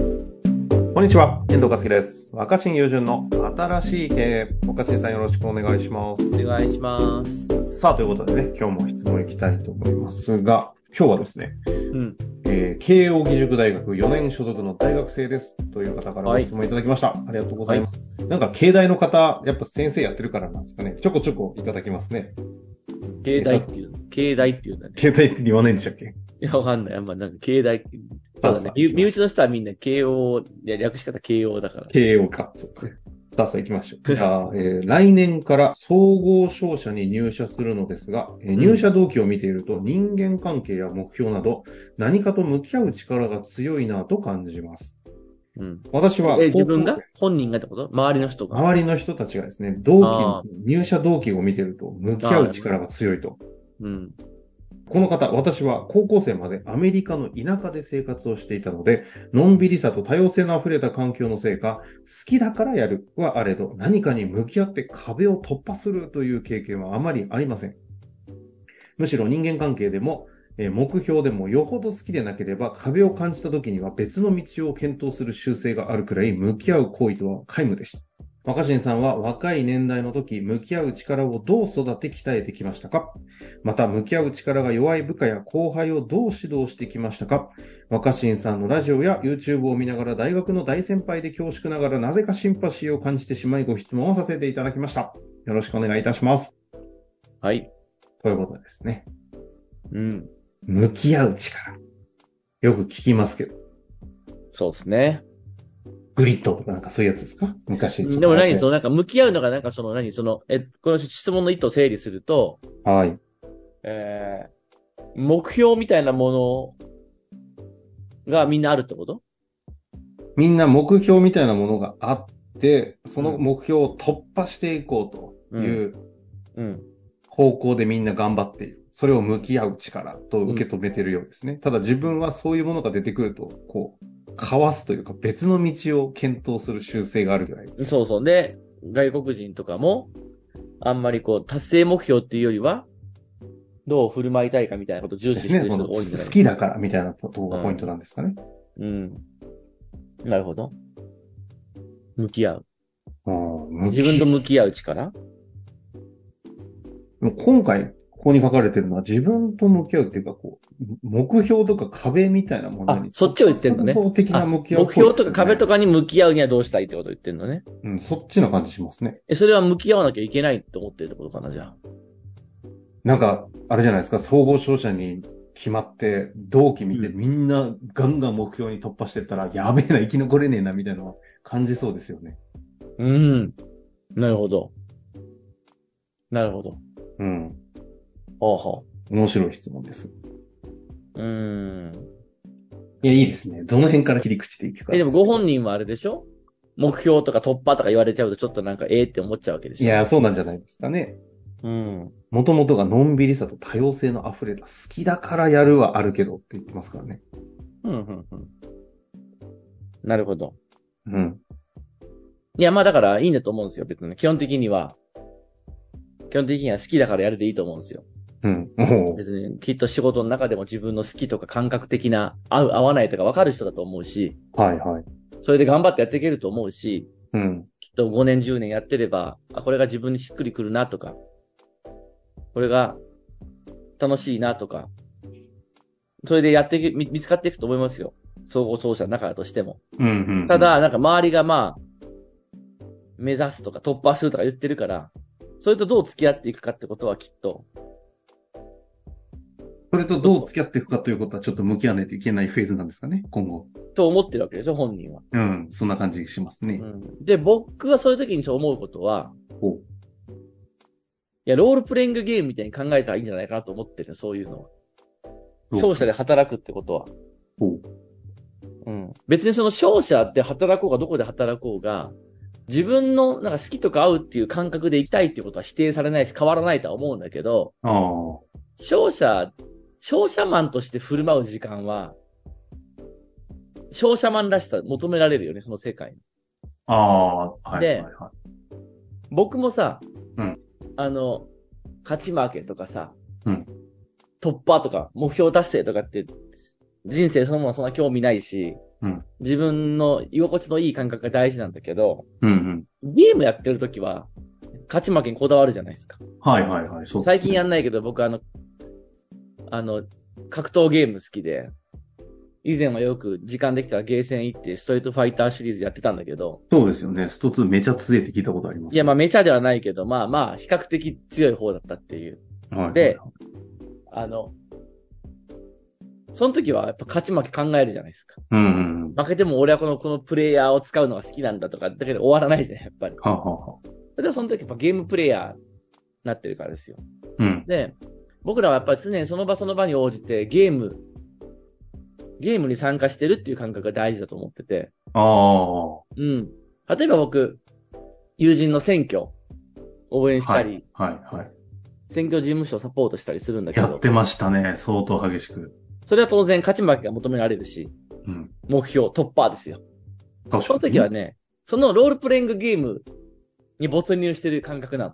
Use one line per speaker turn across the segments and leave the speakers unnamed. こんにちは、遠藤和樹です。若新友人の新しい経営。若新さんよろしくお願いしま
お願いします。
す。さあ、ということでね、今日も質問いきたいと思いますが、今日はですね、
うん。
えー慶応義塾大学4年所属の大学生ですという方からご
はい
質問いただきました。ありがとうございます。なんか、慶大の方、やっぱ先生やってるからなんですかね。ちょこちょこいただきます ね。
携帯っていう、携帯っていうんだね。
慶大って言わないんでしたっけ
いや、わかんない。あんまなんか、携帯。
さ
そ
あ
うだね。身身内の人はみんな、慶応、いや、略し方慶応だから。
慶応か。そうかさあさあ行きましょう。じゃあ、えー来年から総合商社に入社するのですが、えー
うん
入社動機を見ていると人間関係や目標など何かと向き合う力が強いなと感じます。
うん。
私は、
え、自分
高
が
校
本人がってこと周りの人が。
周りの人たちがですね、同期
あ
の、入社動機を見ていると向き合う力が強いと。
うん。
この方、私は高校生までアメリカの田舎で生活をしていたので、のんびりさと多様性の溢れた環境のせいか、好きだからやるはあれど、何かに向き合って壁を突破するという経験はあまりありません。むしろ人間関係でも、えー目標でもよほど好きでなければ壁を感じた時には別の道を検討する習性があるくらい向き合う行為とは皆無でした。若新さんは若い年代の時、向き合う力をどう育て鍛えてきましたかまた、向き合う力が弱い部下や後輩をどう指導してきましたか若新さんのラジオや YouTube を見ながら大学の大先輩で恐縮ながらなぜかシンパシーを感じてしまいご質問をさせていただきました。よろしくお願いいたします。
はい。
ということですね。
うん。
向き合う力。よく聞きますけど。
そうですね。
グリッドとかなんかそういうやつですか昔。
でも何
れ
そのなんか向き合うのがなんかその何その、え、この質問の意図を整理すると、
はい。
えー、目標みたいなものがみんなあるってこと
みんな目標みたいなものがあって、その
うん
目標を突破していこうという
うん。
方向でみんな頑張っている。それを向き合う力と受け止めてるようですね。ただ自分はそういうものが出てくると、こう、かわすというか別の道を検討する習性があるぐらい。
そうそう。で、外国人とかも、あんまりこう、達成目標っていうよりは、どう振る舞いたいかみたいなことを重
で
視
す
して
ね。
る
そ
人
の
が多いんじゃない
好きだからみたいなとこがポイントなんですかね。
うん。なるほど。向き合う。
うん、
自分と向き合う力
もう今回、ここに書かれてるのは自分と向き合うっていうか、こう、目標とか壁みたいなもの
あ
に。、
そっちを言ってんのね。
創造的な
あ
向
目
き合う、
標とか壁と
か。
かに向き合うにはどうしたいってことを言ってんのね。
うん、そっちな感じしますね。
え、それは向き合わなきゃいけないって思ってるってことかな、じゃあ。
なんか、あれじゃないですか、総合商社に決まって、同期見て、
う
みんなガンガン目標に突破してったら、やべえな、生き残れねえな、みたいなのは感じそうですよね。
うん。なるほど。なるほど。
うん。
ほうほ
面白い質問です。
う。うーん。
いや、いいですね。どの辺から切り口でいくか。
え、でもご本人はあれでしょ目標とか突破とか言われちゃうとちょっとなんかええって思っちゃうわけでしょ
い、や、そうなんじゃないですかね。
うん。
もともとがのんびりさと多様性の溢れた好きだからやるはあるけどって言ってますからね。
うん、うん、うん。なるほど。
うん。
いや、まあだからいいんだと思うんですよ、別に。基本的には。基本的には好きだからやるでいいと思うんですよ。
うん。おう
別に、きっと仕事の中でも自分の好きとか感覚的な、合う合わないとか分かる人だと思うし、
はいはい。
それで頑張ってやっていけると思うし、
うん。
きっと5年10年やってれば、あ、これが自分にしっくりくるなとか、これが楽しいなとか、それでやっていけ見見つかっていくと思いますよ。総合奏者の中だとしても。
うんうんうん
た、だ、なんか周りがまあ、目指すとか突破するとか言ってるから、それとどう付き合っていくかってことはきっと、
それとどう付き合っていくかということはちょっと向き合わないといけないフェーズなんですかね、今後。
と思ってるわけでしょ、本人は。
うん、そんな感じしますね。
で、僕はそういう時にそう思うことは、
ほ
いや、ロールプレイングゲームみたいに考えたらいいんじゃないかなと思ってるのそういうのは。
う
商社で働くってことは。
ほ
うん。別にその商社で働こうがどこで働こうが、自分のなんか好きとか合うっていう感覚でいたいっていうことは否定されないし変わらないとは思うんだけど、
ああ。
商社、商社マンとして振る舞う時間は、商社マンらしさ求められるよね、その世界に。
ああ、はい。
で
はいはい
僕もさ、
うん
あの、勝ち負けとかさ、
うん
突破とか、目標達成とかって、人生そのものそんな興味ないし、
うん
自分の居心地のいい感覚が大事なんだけど、
うんうん。
ゲームやってる時は、勝ち負けにこだわるじゃないですか。
はいはいはい。そうですね
最近やんないけど、僕あの、あの、格闘ゲーム好きで、以前はよく時間できたらゲーセン行って、ストリートファイターシリーズやってたんだけど、
そうですよね。スト2めちゃ強いって聞いたことあります。
いや、まあメチャーではないけど、まあまあ、比較的強い方だったっていう。
はい、
で、あの、その時はやっぱ勝ち負け考えるじゃないですか。
うんうんうん。
負けても俺はこの、このプレイヤーを使うのが好きなんだとか、だけど終わらないじゃん、やっぱり。
はあ、はあはあ、
でもその時やっぱゲームプレイヤーになってるからですよ。
うん。
で、僕らはやっぱり常にその場その場に応じてゲーム、ゲームに参加してるっていう感覚が大事だと思ってて。
ああ。は
うん。例えば僕、友人の選挙、応援したり、
いはいはい。
選挙事務所をサポートしたりするんだけ
やっ
ど、
てましたね。相当激しく。
それは当然勝ち負けが求められるし、
うん。
目標、突破ですよ。
確かに。
その時はね、そのロールプレイングゲームに没入してる感覚なの。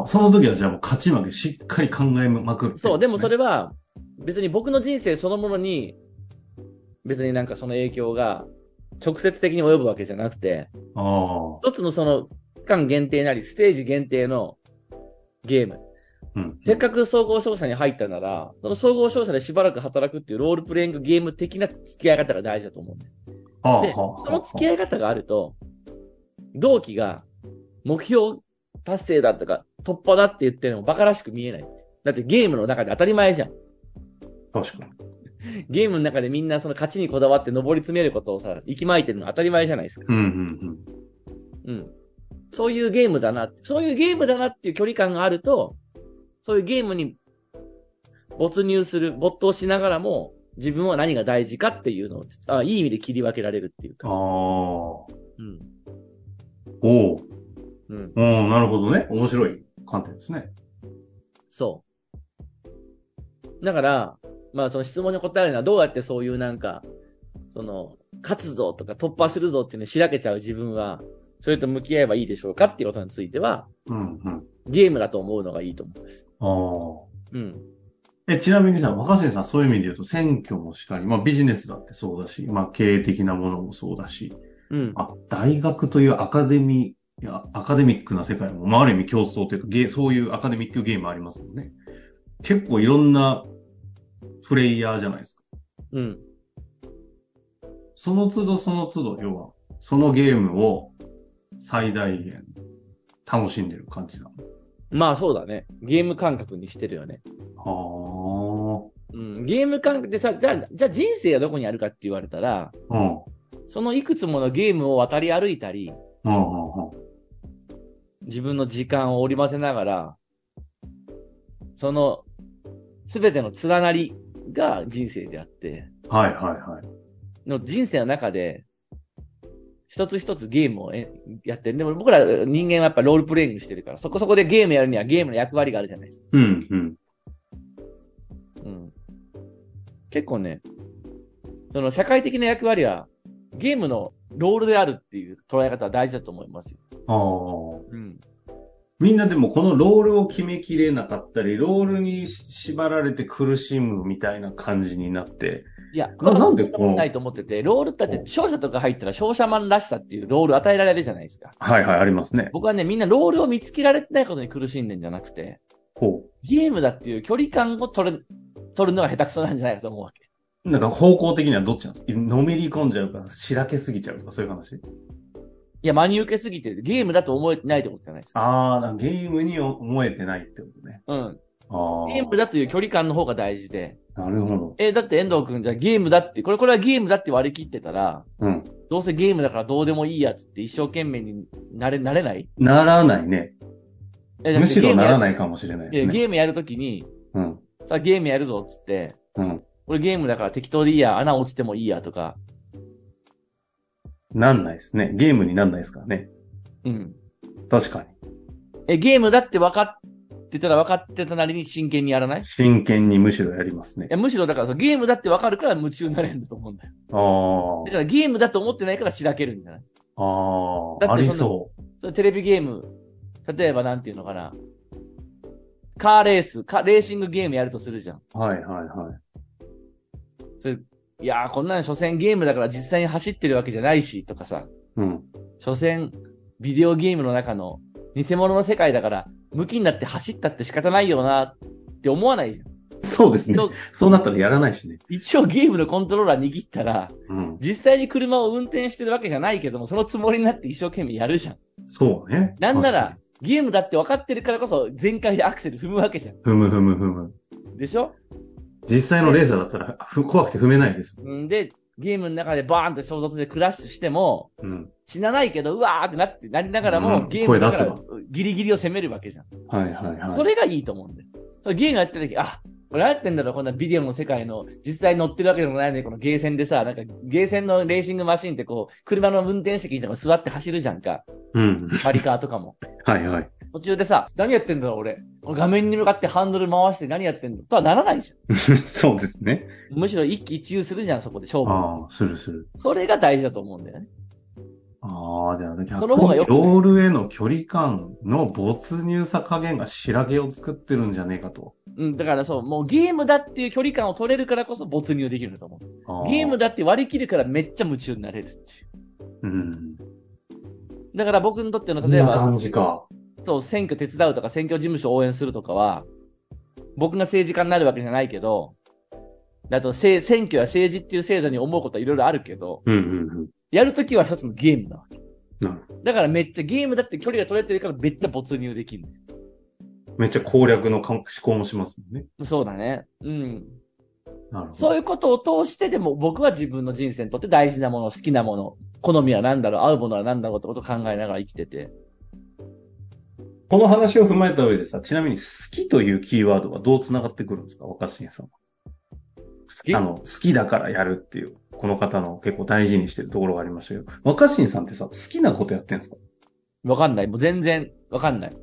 ああ、その時はじゃあもう勝ち負けしっかり考えまくる、
そう、でもそ
れ。
れは、別に僕の人生そのものに、別になんかその影響が直接的に及ぶわけじゃなくて、
ああ、
一つのその期間限定なり、ステージ限定のゲーム。
うん。
せっかく総合商社に入ったなら、その総合商社でしばらく働くっていうロールプレイングゲーム的な付き合い方が大事だと思うんだよ
ああ、
で、
は
そ
あ
の付き合い方があると、同期が目標達成だとか突破だって言ってるのも馬鹿らしく見えない。だってゲームの中で当たり前じゃん。
確かに。
ゲームの中でみんなその勝ちにこだわって登り詰めることをさ、息巻いてるの当たり前じゃないですか。
うんうん
うん。そういうゲームだな、そういうゲームだなっていう距離感があると、そういうゲームに没入する、没頭しながらも、自分は何が大事かっていうのを、あいい意味で切り分けられるっていう
うん。ああ、
か。
お
うん。
おう
うん。
おうなるほどね。面白い観点ですね。
そう。だから、まあその質問に答えるのはどうやってそういうなんか、その、勝つぞとか突破するぞっていうのをしらけちゃう自分は、それと向き合えばいいでしょうかっていうことについては、
うんうん。
ゲームだと思うのがいいと思うんです。
あ
うん。
あ。え、ちなみにさ、若新さんそういう意味で言うと選挙もしかり、まあビジネスだってそうだし、まあ経営的なものもそうだし、
うん。
あ、大学というアカデミー、いや、アカデミックな世界も、まあ、ある意味競争というか、ゲーそういうアカデミックゲームありますもんね。結構いろんなプレイヤーじゃないですか。
うん。
その都度その都度、要は、そのゲームを最大限楽しんでる感じな
まあそうだね。ゲーム感覚にしてるよね。
の。
うん。ゲーム感覚でさ、じゃあ、じゃあ人生はどこにあるかって言われたら、
はあ。うん。
そのいくつものゲームを渡り歩いたり、
うんうんうん。
自分の時間を織り交ぜながら、その、すべての連なりが人生であって、
はいはいはい。
の人生の中で、一つ一つゲームをえやってる。でも僕ら人間はやっぱロールプレイングしてるから、そこそこでゲームやるにはゲームの役割があるじゃないですか。
うんうん。
うん。結構ね、その社会的な役割は、ゲームのロールであるっていう捉え方は大事だと思いますよ。
ああ。
うん。
みんなでもこのロールを決めきれなかったり、ロールに縛られて苦しむみたいな感じになって、
いや、
ななんでこう
そことないと思ってて、ロールだって、商社とか入ったら商社マンらしさっていうロール与えられるじゃないですか。
はいはい、ありますね。
僕はね、みんなロールを見つけられてないことに苦しんでんじゃなくて、
ほ
ゲームだっていう距離感を取る、取るのが下手くそなんじゃないかと思うわけ。
う。なんか方向的にはどっちなんですかのめり込んじゃうから、しらけすぎちゃうとか、そういう話
いや、真に受けすぎて、ゲームだと思えてないってことじゃないですか。
あー、なんかゲームに思えてないってことね。
うん。
あ
ゲームだという距離感の方が大事で、
あ。なるほど。
え、だって遠藤くんじゃゲームだって、これ、これはゲームだって割り切ってたら、
うん。
どうせゲームだからどうでもいいやつって一生懸命になれ、なれない
ならないね。
え。
むしろならないいかもしれない
い
で
や、
すね。
ゲームやるときに、
うん。
さあゲームやるぞっつって、
うん。
俺ゲームだから適当でいいや、穴落ちてもいいやとか、
なんないですね。ゲームになんないですからね。
うん。
確か
え、ゲームだって分かってたら分かってたなりに真剣にやらない
に。真剣にむしろやりますね
い。や、むしろだからそうゲームだって分かるから夢中になれるんだと思うんだよ。
ああ
だ。からゲームだと思ってないからしらけるんじゃな
あ
いだってそ
あ。
んな
ありそ
それテレビゲーム、例えばなんていうのかな。カーレース、カレーシングゲームやるとするじゃん。
う。はいはいはい。
それ、いやー、こんなの所詮ゲームだから実際に走ってるわけじゃないし、とかさ、
うん。
所詮ビデオゲームの中の偽物の世界だから、向きになって走ったって仕方ないよなって思わないじゃん。
そうですね
そう。
そうなったらやらないしね。
一応ゲームのコントローラー握ったら、
うん。
実際に車を運転してるわけじゃないけども、そのつもりになって一生懸命やるじゃん。
そうね。
なんなら、ゲームだって分かってるからこそ全開でアクセル踏むわけじゃ
確かに。ふむふむふむ。
ん。でしょ
実際のレーサーだったら、ふ怖くて踏めないです。
んで、ゲームの中でバーンって衝突でクラッシュしても、
うん。
死なないけど、うわーってなって、なりながら
うん
も、ゲームだか
声
らギリギリを攻めるわけじゃん。
はいはいはい。
それがいいと思うんだよ。それゲームやってる時、あ、これやってんだろ、こんなビデオの世界の、実際乗ってるわけでもないのに、このゲーセンでさ、なんか、ゲーセンのレーシングマシンってこう、車の運転席にでも座って走るじゃんか。
うん。
マリカーとかも。
はいはい。
途中でさ、何やってんだろう、俺。この画面に向かってハンドル回して何やってんのとはならないじゃん。
そうですね。
むしろ一喜一憂するじゃん、そこで勝負。
ああ、するする。
それが大事だと思うんだよね。
ああ、じゃあ逆
その方が
に
よく
ロールへの距離感の没入さ加減が白毛を作ってるんじゃねえかと。
うん、だからそう、もうゲームだっていう距離感を取れるからこそ没入できるんだと思う。
あ
ゲーム
だ。
だって割り切るからめっちゃ夢中になれるってい
う
う。
ん。
だから僕にとっての、
こん
例え
な
ば、
感じか。
そう、選挙手伝うとか、選挙事務所を応援するとかは、僕が政治家になるわけじゃないけど、だと、せ選挙や政治っていう制度に思うことはいろいろあるけど、
うんうんうん。
やるときは一つのゲームなわけ。
なるほ
だからめっちゃゲームだって距離が取れてるからめっちゃ没入できる。
どめっちゃ攻略のかん思考もしますもんね。
そうだね。うん。
なるほど。
そういうことを通してでも僕は自分の人生にとって大事なもの、好きなもの、好みは何だろう、合うものは何だろうってことを考えながら生きてて。
この話を踏まえた上でさ、ちなみに好きというキーワードはどう繋がってくるんですか若新さんは。
好
あの、好きだからやるっていう、この方の結構大事にしてるところがありましたけど、若新さんってさ、好きなことやってん ですか
わかんない。もう全然わかんない。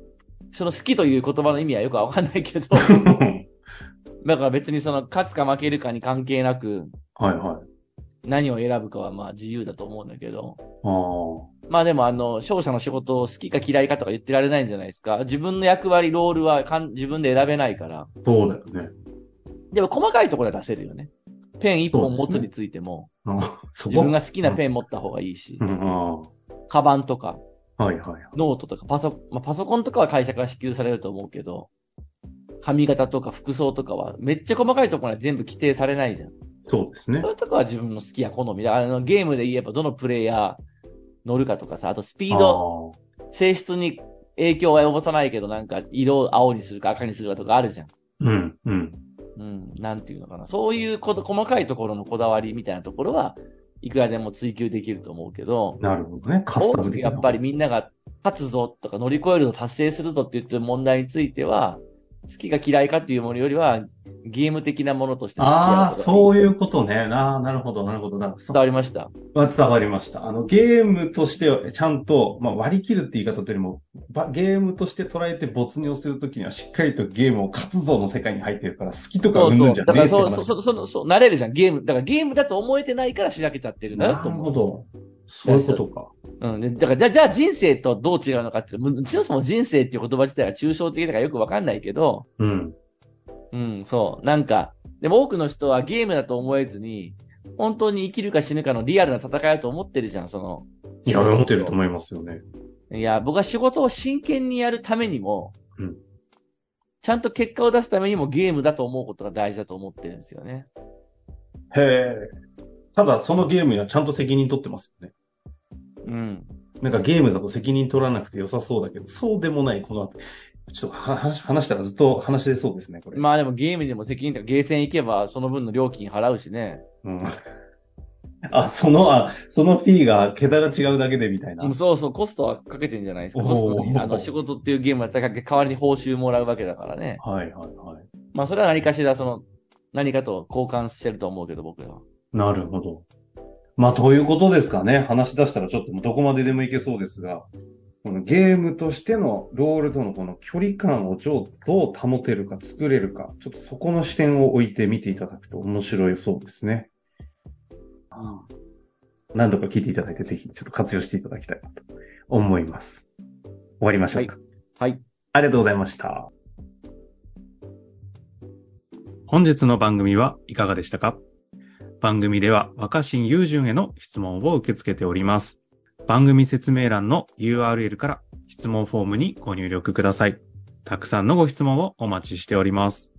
その好きという言葉の意味はよくわかんないけど、だから別にその勝つか負けるかに関係なく、
はいはい。
何を選ぶかはまあ自由だと思うんだけど、
ああ。
まあでもあの、勝者の仕事を好きか嫌いかとか言ってられないんじゃないですか。自分の役割、ロールはかん自分で選べないから。
そうだよね。
でも細かいところは出せるよね。ペン一本持つについても、
あそ
自分
こ。
が好きなペン持った方がいいし
う、ん、あ
カバンとか、
あ。はいはい。
ノートとかパソ、まあ、パソコンとかは会社から支給されると思うけど、髪型とか服装とかは、めっちゃ細かいところは全部規定されないじゃん。
そうですね
そう。いうとこは自分の好きや好みだ。あの、ゲームで言えばどのプレイヤー乗るかとかさ、あとスピード、性質に影響は及ぼさないけど、なんか色を青にするか赤にするかとかあるじゃん。
ああ。うん、うん。
うん、なんていうのかな。そういうこと、細かいところのこだわりみたいなところは、いくらでも追求できると思うけど、
なるほどね。カスタム
大きく
的
や
な。
っぱりみんなが勝つぞとか乗り越えるぞ達成するぞって言ってる問題については、好きか嫌いかっていうものよりは、ゲーム的なものとして付き
ああ、
合うとか
そういうことね。ああ、なるほど、なるほど。だからそ
伝わりました。
は伝わりました。あの、ゲームとして、ちゃんと、まあ、割り切るって言い方というよりも、ばゲームとして捉えて没入するときには、しっかりとゲームを活動の世界に入ってるから、好きとか
そう
うんぬ
そ
ん
う。
じゃ
だ
ね
か
えっ
ら
て話
そう、そう、そう、そう、そう、慣れるじゃん。ゲーム。だからゲームだと思えてないからしらけちゃってるんだ
な
なと
る
思
ほ
う。
ど。そういうことか。
うん。でだから、じゃあ、じゃあ人生とどう違うのかって、むそもそも人生っていう言葉自体が抽象的だからよくわかんないけど、
うん。
うん、そう。なんか、でも多くの人はゲームだと思えずに、本当に生きるか死ぬかのリアルな戦いだと思ってるじゃん、その。
いや、思ってると思いますよね。
いや、僕は仕事を真剣にやるためにも、
うん
ちゃんと結果を出すためにもゲームだと思うことが大事だと思ってるんですよね。
へえ。ただ、そのゲームにはちゃんと責任取ってますよね。
うん。
なんかゲームだと責任取らなくて良さそうだけど、そうでもない、この後。ちょっとは話、話したらずっと話せそうですね、これ。
まあでもゲームにも責任とか、ゲーセン行けばその分の料金払うしね。
うん。 あ、その、あ、そのフィーが桁が違うだけでみたいな。
うんそうそう、コストはかけてんじゃないですか。
おー
コストに、あの、仕事っていうゲームだったら代わりに報酬もらうわけだからね。
はいはいはい。
まあそれは何かしら、その、何かと交換してると思うけど、僕らは。
なるほど。まあ、ということですかね。話し出したらちょっともうどこまででもいけそうですが、このゲームとしてのロールとのこの距離感をどうどう保てるか作れるか、ちょっとそこの視点を置いて見ていただくと面白いそうですね。何度か聞いていただいて、ぜひちょっと活用していただきたいなと思います。終わりましょうか。
はいはい
ありがとうございました。本日の番組はいかがでしたか
番組では若新雄純への質問を受け付けております。番組説明欄の URL から質問フォームにご入力ください。たくさんのご質問をお待ちしております。